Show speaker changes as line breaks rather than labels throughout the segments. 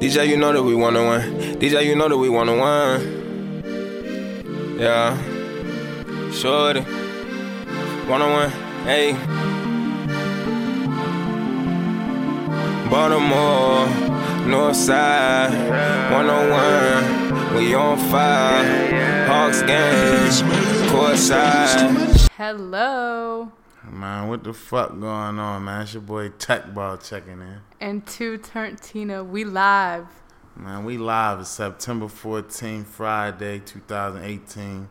DJ, you know that we wanna win. DJ, you know that we wanna win. Yeah. Shorty. Wanna win. Hey. Baltimore. Northside. 101. We on fire. Hawks game. Courtside.
Hello.
Man, what the fuck going on, man? It's your boy Tech Ball checking in.
And to Tarantino, we live.
Man, we live. It's September 14th, Friday, 2018.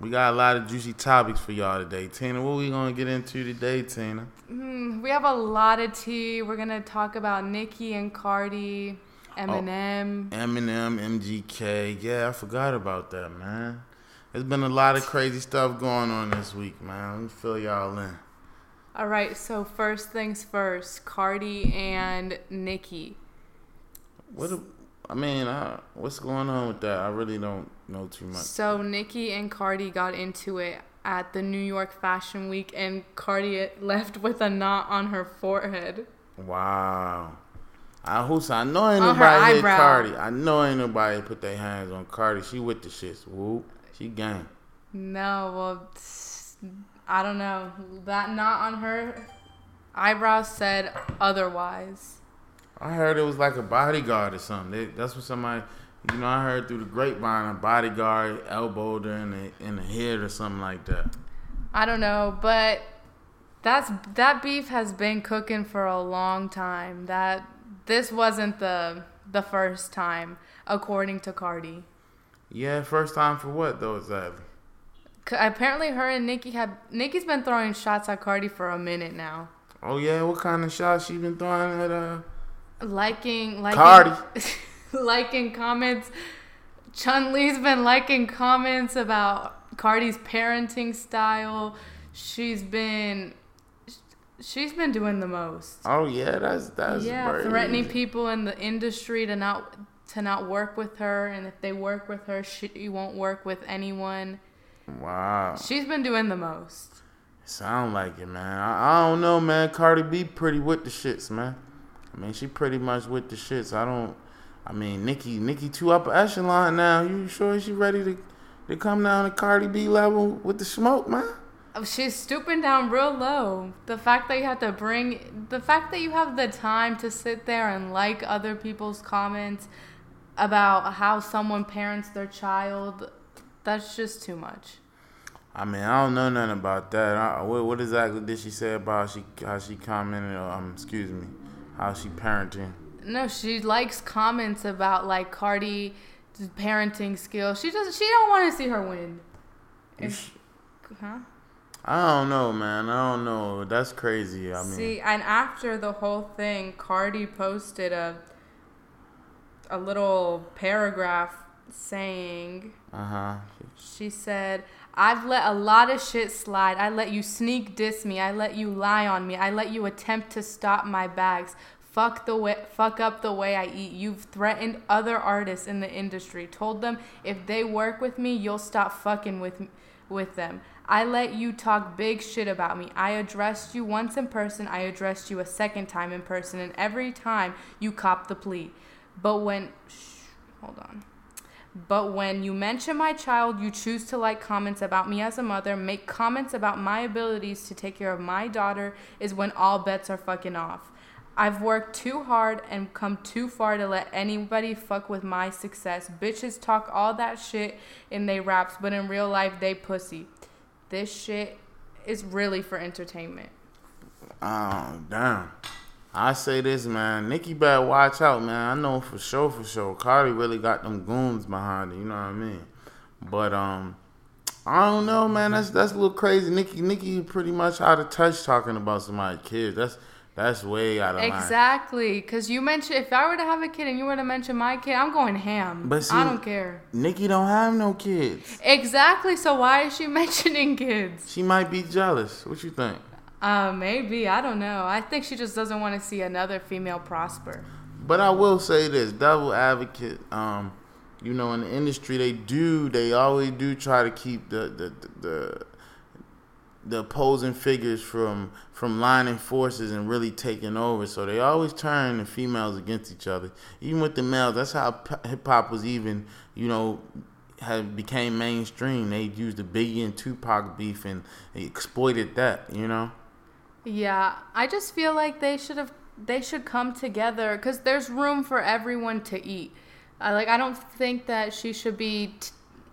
We got a lot of juicy topics for y'all today. Tina, what we gonna get into today, Tina?
Mm, We have a lot of tea. We're gonna talk about Nicki and Cardi, Eminem.
Eminem, MGK. Yeah, I forgot about that, man. There's been a lot of crazy stuff going on this week, man. Let me fill y'all in.
All right. So first things first, Cardi and Nicki.
What? A, I mean, I, what's going on with that? I really don't know too much.
So Nicki and Cardi got into it at the New York Fashion Week, and Cardi left with a knot on her forehead.
Wow. I who's I know ain't
On her
nobody hit
eyebrow.
Cardi. I know ain't nobody put their hands on Cardi. She with the shits. Woo. She gang.
No, well, tss, I don't know. That knot on her eyebrow said otherwise.
I heard it was like a bodyguard or something. They, that's what somebody you know, I heard through the grapevine a bodyguard elbowed her in the in the head or something like that.
I don't know, but that's that beef has been cooking for a long time. That this wasn't the the first time, according to Cardi.
Yeah, first time for what though exactly?
C- apparently, her and Nicki have Nicki's been throwing shots at Cardi for a minute now,
Oh yeah, what kind of shots she been throwing at uh
liking liking
Cardi.
liking comments. Chun Li's been liking comments about Cardi's parenting style. She's been she's been doing the most.
Oh yeah, that's that's
yeah,
crazy.
threatening people in the industry to not to not work with her, and if they work with her, she won't work with anyone.
Wow.
She's been doing the most.
Sound like it, man. I, I don't know, man. Cardi B pretty with the shits, man. I mean, she pretty much with the shits. I don't. I mean, Nikki, Nikki two upper echelon now. You sure she ready to to come down to Cardi B level with the smoke, man?
Oh, She's stooping down real low. The fact that you have to bring, the fact that you have the time to sit there and like other people's comments about how someone parents their child, that's just too much.
I mean, I don't know nothing about that. I, what, what exactly did she say about she how she commented? Um, excuse me, how she parenting?
No, she likes comments about like Cardi's parenting skills. She doesn't. She don't want to see her win. If- huh?
I don't know, man. I don't know. That's crazy. I mean,
See, and after the whole thing, Cardi posted a a little paragraph saying
uh huh.
she said, "I've let a lot of shit slide. I let you sneak diss me. I let you lie on me. I let you attempt to stop my bags." Fuck the way, fuck up the way I eat. You've threatened other artists in the industry. Told them if they work with me, you'll stop fucking with me, with them. I let you talk big shit about me. I addressed you once in person. I addressed you a second time in person, and every time you cop the plea. But when, shh, hold on. But when you mention my child, you choose to like comments about me as a mother, make comments about my abilities to take care of my daughter, is when all bets are fucking off. I've worked too hard and come too far to let anybody fuck with my success. Bitches talk all that shit in they raps, but in real life, they pussy. This shit is really for entertainment.
Oh, damn. I say this, man. Nikki better watch out, man. I know for sure, for sure. Cardi really got them goons behind her, you know what I mean? But um I don't know, man. That's that's a little crazy. Nikki Nikki pretty much out of touch talking about somebody's kids. That's that's way out of line.
Exactly, because you mentioned if I were to have a kid and you were to mention my kid, I'm going ham.
But see-
I don't care.
Nikki don't have no kids.
Exactly. So why is she mentioning kids?
She might be jealous. What you think?
Uh, maybe I don't know. I think she just doesn't want to see another female prosper.
But I will say this, devil advocate. Um, you know, in the industry, they do, they always do try to keep the the the, the the opposing figures from from lining forces and really taking over. So they always turn the females against each other, even with the males. That's how hip hop was even, you know, had became mainstream. They used the Biggie and Tupac beef and exploited that, you know.
Yeah, I just feel like they should have they should come together because there's room for everyone to eat. I, like I don't think that she should be t-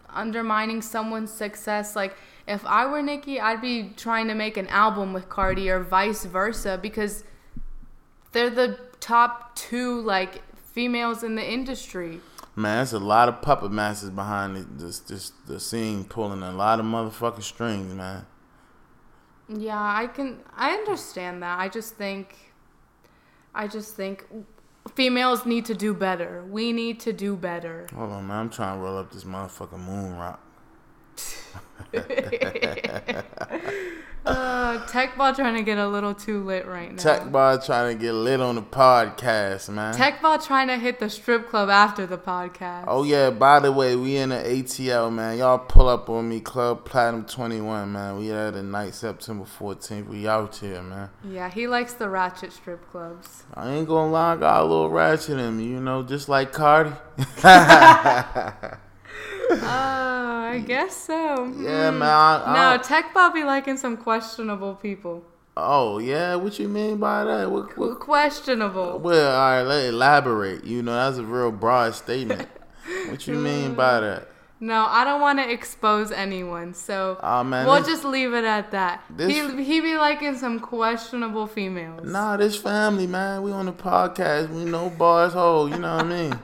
undermining someone's success. Like if I were Nicki, I'd be trying to make an album with Cardi or vice versa because they're the top two like females in the industry.
Man, there's a lot of puppet masters behind it, this this the scene pulling a lot of motherfucking strings, man.
Yeah, I can I understand that. I just think I just think females need to do better. We need to do better.
Hold on, man. I'm trying to roll up this motherfucking moon rock.
uh, Tech Ball trying to get a little too lit right now.
Tech Ball trying to get lit on the podcast, man.
Tech Ball trying to hit the strip club after the podcast.
Oh yeah, by the way, we in the ATL, man. Y'all pull up on me, Club Platinum Twenty One, man. We at the night September fourteenth. We out here, man.
Yeah, he likes the ratchet strip clubs.
I ain't gonna lie, I got a little ratchet in me, you know, just like Cardi.
Oh, I guess so.
Yeah, man. I, I,
no, Tech Bob be liking some questionable people.
Oh yeah, what you mean by that? What, what,
questionable.
well, all right, let elaborate. You know, that's a real broad statement. what you mean by that?
No, I don't want to expose anyone, so
Oh, man,
we'll
this-
just leave it at that.
this-
he he be liking some questionable females.
Nah, this family, man. We on the podcast. We know bars hole. You know what I mean?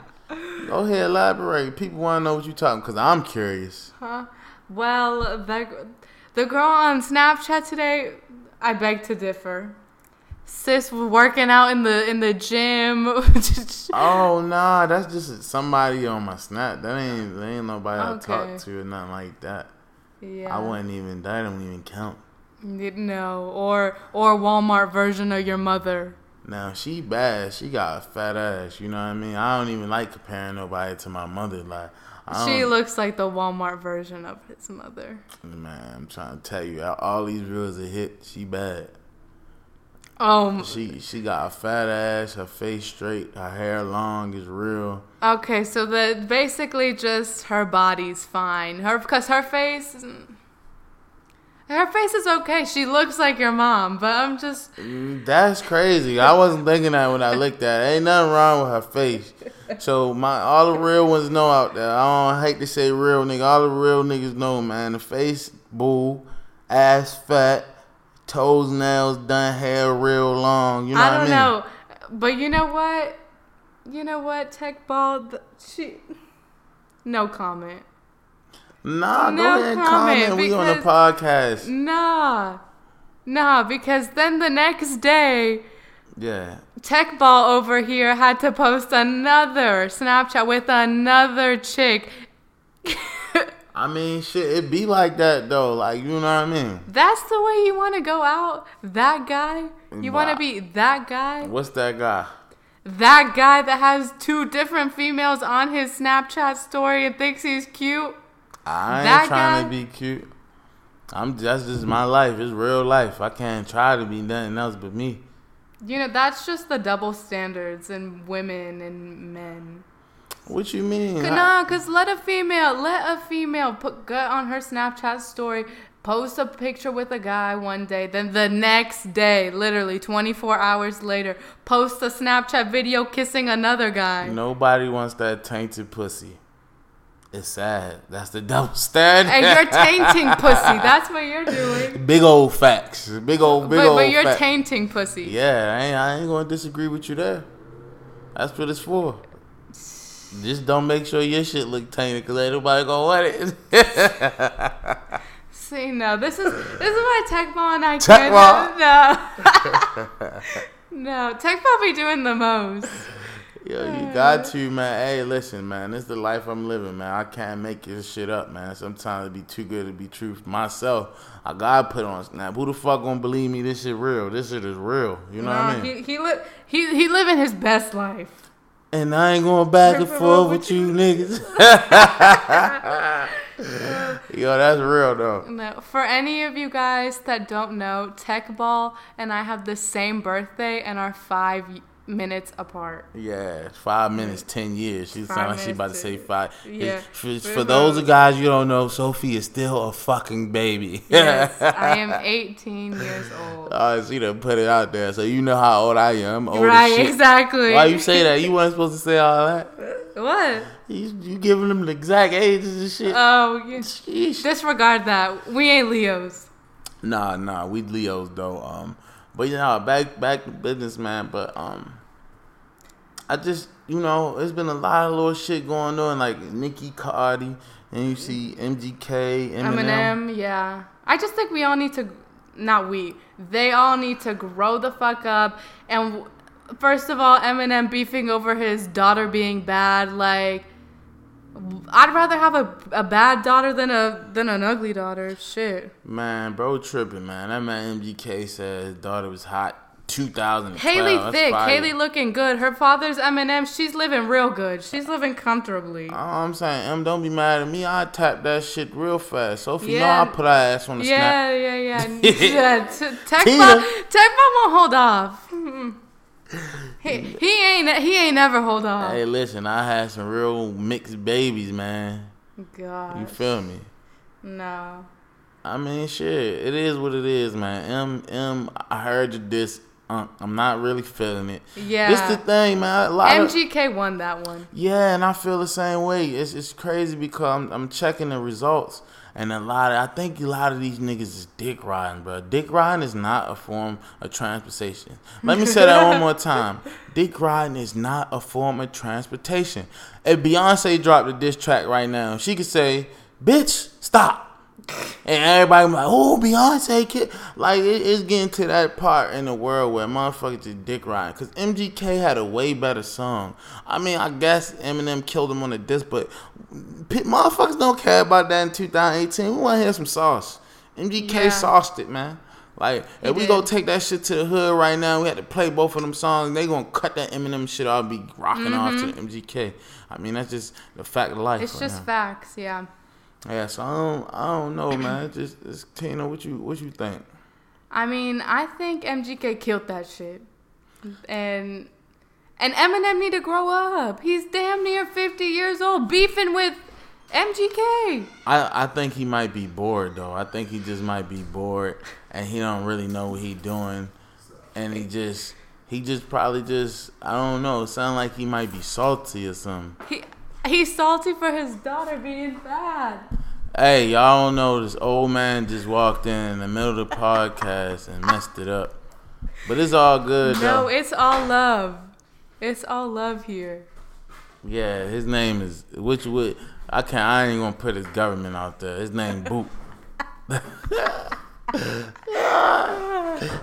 Go ahead, elaborate. People want to know what you talking because I'm curious.
Huh? Well, the the girl on Snapchat today, I beg to differ. Sis was working out in the in the gym. Just-
Oh nah, that's just somebody on my snap. That ain't that ain't nobody I
Okay.
talk to or nothing like that.
yeah.
I wouldn't even. That don't even count.
No, or or Walmart version of your mother.
Now she bad. She got a fat ass. You know what I mean? I don't even like comparing nobody to my mother. Like I
She
don't-
looks like the Walmart version of his mother.
man. I'm trying to tell you, all these reels are hit. She bad.
Um.
She she got a fat ass. Her face straight. Her hair long is real.
Okay, so the basically just her body's fine. Her because her face. isn't- Her face is okay. She looks like your mom, but I'm just
Mm, That's crazy. I wasn't thinking that when I looked at it. Ain't nothing wrong with her face. So my all the real ones know out there. I don't hate to say real nigga. All the real niggas know, man. The face boo, ass fat, toes nails done, hair real long. You know
I don't
what I mean?
know. But you know what? You know what? Tech Ball. th- She. No comment.
Nah,
No
go ahead and
comment,
comment. We on the
because-
podcast.
Nah. Nah, because then the next day,
Yeah.
Tech Ball over here had to post another Snapchat with another chick.
I mean, shit, it be like that though. Like, you know what I mean?
That's the way you want to go out? That guy? You want to
Wow.
be that guy?
What's that guy?
That guy that has two different females on his Snapchat story and thinks he's cute?
I ain't
That guy-
trying to be cute. I'm that's just my life. It's real life. I can't try to be nothing else but me.
You know, that's just the double standards in women and men.
What you mean? I-
No, cause let a female, let a female put gut on her Snapchat story, post a picture with a guy one day, then the next day, literally 24 hours later, post a Snapchat video kissing another guy.
Nobody wants that tainted pussy. It's sad. That's the double standard.
And you're tainting pussy. That's what you're doing.
big old facts. Big old big
But,
old.
but you're
fact.
tainting pussy.
Yeah, I ain't, I ain't gonna disagree with you there. That's what it's for. Just don't make sure your shit look tainted, cause ain't nobody gonna want it.
See, no, this is this is why Tech Ball and I
Tech
can't. No, no, Tech Ball be doing the most.
Yo, you got to, man. Hey, listen, man. This is the life I'm living, man. I can't make this shit up, man. Sometimes it be too good to be true. Myself, I gotta put on snap. Who the fuck gonna believe me? This shit real. This shit is real. You know what I
No,
mean?
he he li- he he living his best life.
And I ain't going back and
Remember
forth
what
with you niggas. Yo, that's real though.
No, for any of you guys that don't know, Tech Ball and I have the same birthday and are five y- minutes apart.
Yeah, five minutes, ten years. She
Five
sound like she
minutes,
about
ten-
to say five.
yeah.
For, for those of guys you don't know, Sophie is still a fucking baby.
Yes, I am 18 years old.
Oh, she done put it out there, so you know how old I am. I'm old as
right,
shit.
exactly.
Why you say that? You weren't supposed to say all that.
What?
You, you giving them the exact ages and shit.
Oh, you
Sheesh.
disregard that. We ain't Leos.
Nah, nah, we Leos though. Um, but you know, back back to business, man. But um, I just you know, it's been a lot of little shit going on, like Nicki Cardi, and you see MGK, Eminem.
Eminem, yeah. I just think we all need to, not we, they all need to grow the fuck up. And w- first of all, Eminem beefing over his daughter being bad, like. I'd rather have a, a bad daughter than a than an ugly daughter. Shit.
Man, bro, tripping, man. That man MGK said his daughter was hot. 2012.
Haley
That's
thick,
fire.
Haley looking good. Her father's Eminem. She's living real good. She's living comfortably.
All I'm saying, Em, don't be mad at me. I tap that shit real fast. Sophie, you know
Yeah.
I put her ass on the snap.
Yeah, yeah, yeah, yeah. T- Tech
Tina.
Bob, Tech Bob won't hold off. Mm-mm. He, he ain't he ain't never hold off.
Hey, listen, I had some real mixed babies, man. You
God,
feel me?
no.
I mean, shit, it is what it is, man. M M, I heard your diss. Uh, I'm not really feeling it. This
Yeah.
the thing, man. A lot of-
MGK won that one.
yeah, and I feel the same way. It's it's crazy because I'm, I'm checking the results, and a lot of I think a lot of these niggas is dick riding, bro. Dick riding is not a form of transportation. Let me say that one more time. Dick riding is not a form of transportation. If Beyonce dropped a diss track right now, she could say, "Bitch, stop." And everybody be like, oh, Beyonce kid. Like, it, it's getting to that part in the world where motherfuckers just dick riding. Because MGK had a way better song. I mean, I guess Eminem killed him on the disc, but p- motherfuckers don't care about that in 2018. We want to hear some sauce. MGK
Yeah.
sauced it, man. Like, if we
did.
go take that shit to the hood right now, we had to play both of them songs. They gonna cut that Eminem shit off, be rocking off to the MGK. I mean, that's just the fact of life.
Mm-hmm. It's
right
just
now.
facts, yeah.
Yeah, so I don't, I don't know, man. It's Just, it's, Tina, what you, what you think?
I mean, I think MGK killed that shit, and and Eminem need to grow up. He's damn near fifty years old, beefing with MGK.
I, I think he might be bored though. I think he just might be bored, and he don't really know what he doing, and he just, he just probably just, I don't know. Sound like he might be salty or something.
He he's salty for his daughter being bad.
Hey, y'all don't know this old man just walked in in the middle of the podcast and messed it up, but it's all good
No,
though.
it's all love. It's all love here.
Yeah, his name is which would I can't. I ain't gonna put his government out there. His name Boop.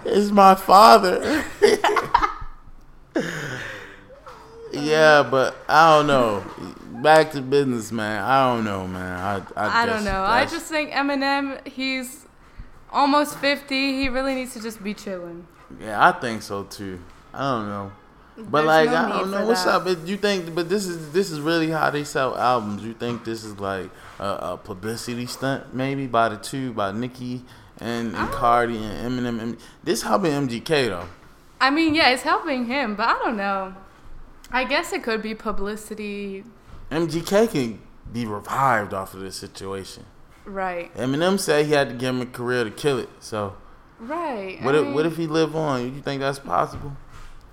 it's my father. yeah, but I don't know. Back to business, man. I don't know, man. I I,
I don't
just-
know. I
that's-
just think Eminem, he's almost 50. He really needs to just be chilling.
yeah, I think so too. I don't know. But
There's
like
no
I
need
don't know
for
what's
that.
up. But you think, but this is this is really how they sell albums. You think this is like a, a publicity stunt, maybe by the two, by Nicki and, and Cardi and Eminem. And this helping MGK though.
I mean, yeah, it's helping him, but I don't know. I guess it could be publicity,
MGK can be revived off of this situation.
right?
Eminem said he had to give him a career to kill it. So
Right. I
what if
mean,
what if he live on? You think that's possible?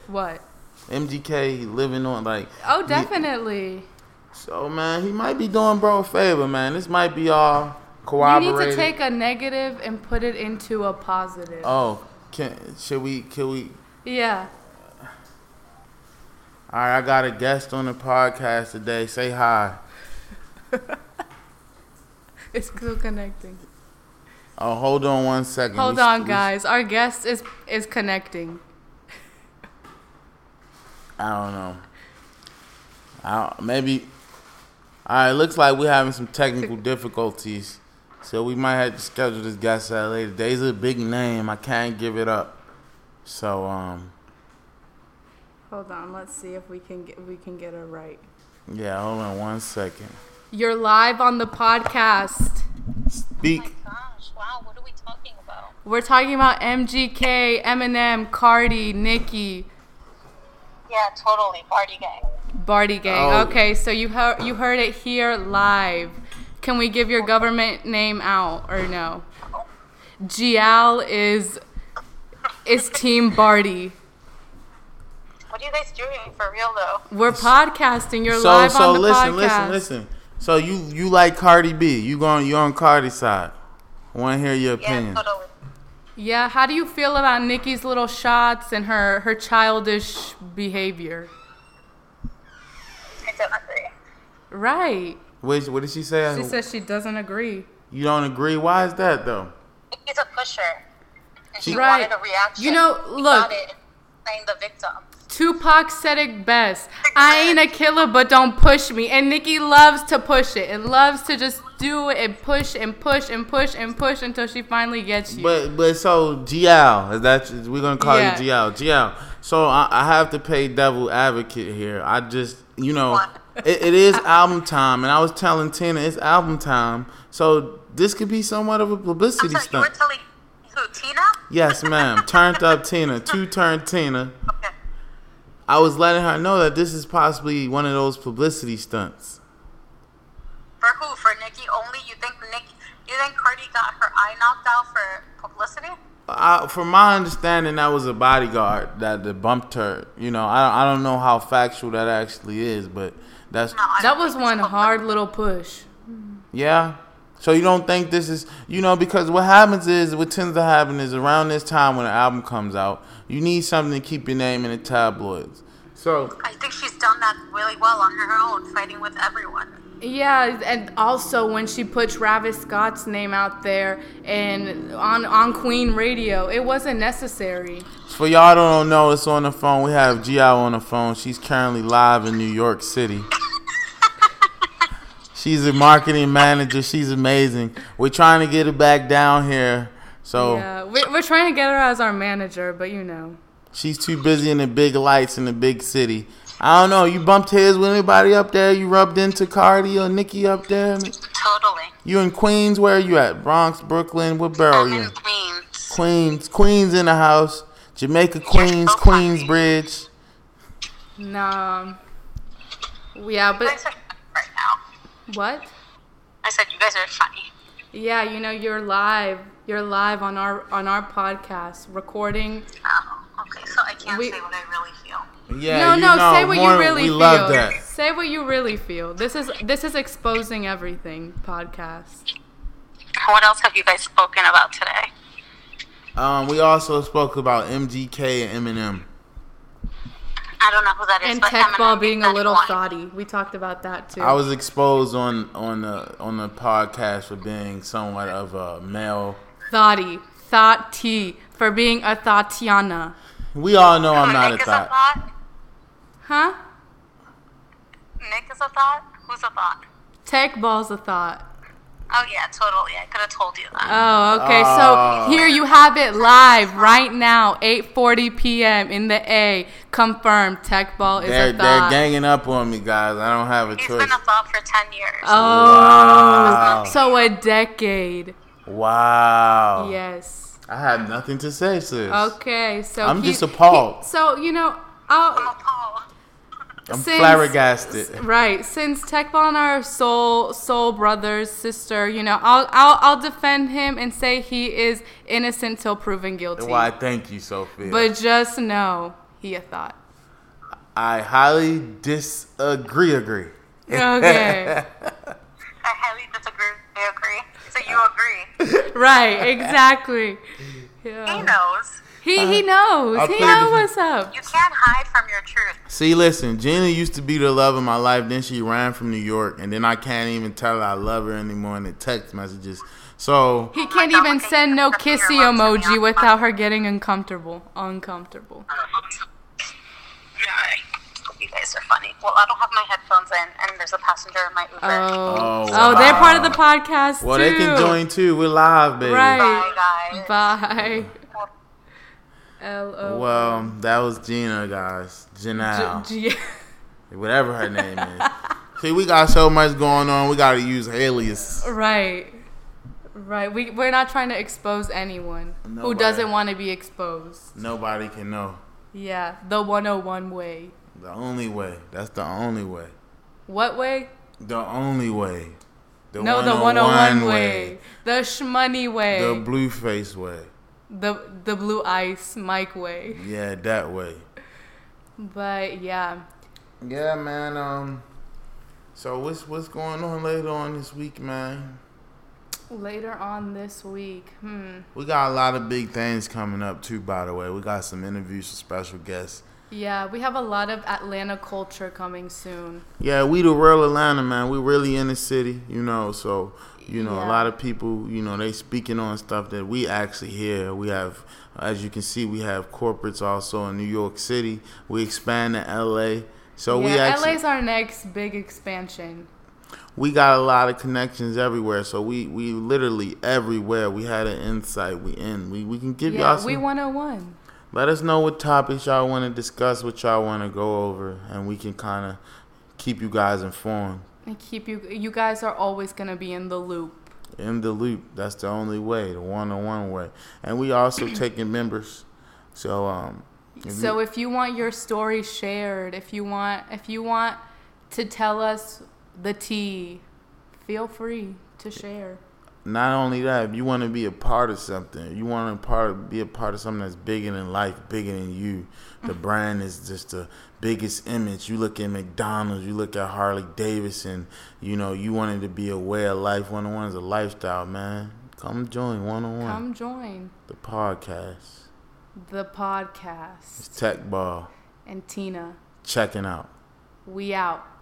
what?
MGK living on like
Oh,
he-
definitely.
So man, he might be doing bro a favor, man. This might be all
You
cooperated.
need to take a negative and put it into a positive.
Oh, can should we? Can we?
Yeah.
All right, I got a guest on the podcast today. Say hi.
It's still connecting.
Oh, hold on one second.
Hold
We-
on,
we-
guys. Our guest is is connecting.
I don't know. I don't, maybe. All right, looks like we're having some technical difficulties, so we might have to schedule this guest out later. Day's a big name. I can't give it up. So um,
Hold on, let's see if we can get we can get her right.
yeah. Hold on one second.
You're live on the podcast.
Speak.
my gosh, wow, what are we talking about?
We're talking about MGK, Eminem, Cardi, Nicki,
Yeah, totally. Party gang.
Barty Gang.
Oh.
Okay, so you heard you heard it here live. Can we give your government name out or no? Gial is is Team Barty.
What are you guys doing for real though?
We're podcasting. You're
So
live
so
on the
listen,
podcast.
listen, listen. So you you like Cardi B. You going you on Cardi's side. Wanna hear your
Yeah,
opinion.
totally.
Yeah, how do you feel about Nikki's little shots and her her childish behavior?
I don't agree.
Right.
Which what did she say?
She says she doesn't agree.
you don't agree? Why is that though?
He's a pusher. And she
Right.
wanted a reaction.
You know,
He
look.
got it and playing the victim.
Tupac said it best. I ain't a killer, but don't push me. And Nikki loves to push it and loves to just do it and push and push and push and push until she finally gets you.
But but so GL is that we're gonna call
Yeah.
you GL GL. So I, I have to play devil advocate here. I just you know it, it is album time, and I was telling Tina it's album time. So this could be somewhat of a
I'm
publicity
sorry, you were
stunt.
telling who, Tina?
Yes, ma'am. Turned up Tina, two turned Tina.
Okay.
I was letting her know that this is possibly one of those publicity stunts.
For who? For Nikki only? You think Nikki you think Cardi got her eye knocked out for publicity?
I, from my understanding, that was a bodyguard that, that bumped her. You know, I, I don't know how factual that actually is, but that's
No, I
that
don't
was
think it's
one
public-
hard little push.
Yeah. So you don't think this is you know because what happens is what tends to happen is around this time when an album comes out, you need something to keep your name in the tabloids. So
I think she's done that really well on her own, fighting with everyone.
Yeah, and also when she put Travis Scott's name out there and on on Queen Radio, it wasn't necessary.
for y'all that don't know, it's on the phone. We have Gi on the phone. She's currently live in New York City. She's a marketing manager. She's amazing. We're trying to get her back down here. So
Yeah, we're, we're trying to get her as our manager, but you know.
She's too busy in the big lights in the big city. I don't know. You bumped heads with anybody up there? You rubbed into Cardi or Nikki up there? I mean,
Totally.
You in Queens? Where are you at? Bronx, Brooklyn? What
Oh,
borough
I'm
you
in
in?
Queens.
Queens. Queens in the house. Jamaica, Queens,
so funny.
Queensbridge.
No. Yeah, but
You guys are funny right now.
what?
I said you guys are funny.
Yeah, you know you're live. You're live on our on our podcast recording.
Oh, okay, so I can't
We-
say what I really feel.
Yeah.
no,
you
no,
know,
say what
Warner,
you really
we
feel.
love that.
Say what you really feel. This is this is exposing everything podcast.
What else have you guys spoken about today?
Um, we also spoke about MGK and Eminem.
I don't know who that is.
And
but
tech
Eminem
ball
is
being a
that
little
one.
thoughty. We talked about that too.
I was exposed on on the on the podcast for being somewhat of a male.
thoughty. Thoughty for being a Tatiana.
We all know Oh, I'm
Who,
not a
Nick
thought.
Is a thought.
Huh?
Nick is a thought. Who's a thought?
Tech ball's a thought.
Oh yeah, totally. I could have told you that.
Oh, okay.
Ah.
so here you have it live right now, 8:40 p.m. in the A. Confirmed. Tech ball is
They're,
a
they're
thought.
ganging up on me, guys. I don't have a
He's
choice.
been a thought for ten years.
Oh,
Wow.
so a decade.
Wow.
Yes.
I have nothing to say, sis.
Okay, so
I'm
he-
just appalled.
he- so you know,
I'm
I'll,
appalled.
I'm
since-
flabbergasted.
right? Since Tekbal and I are soul soul brothers, sister, you know, I'll I'll, I'll defend him and say he is innocent till proven guilty.
Why, thank you, Sophia.
But just know he a thought.
I highly disagree. Agree.
Okay,
I highly disagree. You agree? So you agree?
right? Exactly.
He
Yeah.
knows.
He he knows.
I'll
he
play
knows
the-
what's up.
You can't hide from your truth.
See, listen, Gina used to be the love of my life. Then she ran from New York, and then I can't even tell her I love her anymore in the text messages. So,
He can't
God,
even
okay,
send no
that's your
kissy
love to me.
emoji without her getting uncomfortable. Uncomfortable.
You guys are funny. Well, I don't have my headphones in, and there's a passenger in my Uber.
Oh,
Oh,
oh, they're part of
wow.
the podcast
well,
too.
they can join too. We're live, baby.
Right.
Bye, guys.
Bye. L O.
Well, that was Gina, guys. Janelle.
G-
whatever her name is. See, we got so much going on. We gotta use aliases.
Right. Right. We we're not trying to expose anyone who
Nobody.
doesn't want to be exposed.
Nobody can know.
Yeah, the 101 way.
The only way. That's the only way.
What way?
The only way. The oh
no, the 101 way. The shmoney way.
The blue face way.
the the blue ice mic way.
Yeah, that way.
But yeah,
Yeah, man. Um. So what's what's going on later on this week, man?
later on this week. Hmm.
We got a lot of big things coming up too. By the way, we got some interviews with special guests.
Yeah, we have a lot of Atlanta culture coming soon.
Yeah, we the real Atlanta, man. We really in the city, you know. So, you know,
Yeah.
a lot of people, you know, they speaking on stuff that we actually hear. We have, as you can see, we have corporates also in New York City. We expand to L.A. So we
yeah,
actually
LA's our next big expansion.
we got a lot of connections everywhere. So we we literally everywhere. We had an insight. We in. We we can give y'all
Yeah,
some.
we 101.
Let us know what topics y'all want to discuss, what y'all want to go over, and we can kind of keep you guys informed.
And keep you you guys are always going to be in the loop.
In the loop, that's the only way, the one-on-one way. And we also taking members, so um, if
So
you-
if you want your story shared, if you want if you want to tell us the tea, feel free to share.
not only that, if you want to be a part of something, you want to part be a part of something that's bigger than life, bigger than you. The brand is just the biggest image. You look at McDonald's, you look at Harley Davidson. You know, you wanted to be aware of life. One on one is a lifestyle, man. Come join one on one,
Come join
the podcast.
the podcast
It's Tech Ball
and Tina.
checking out.
We out.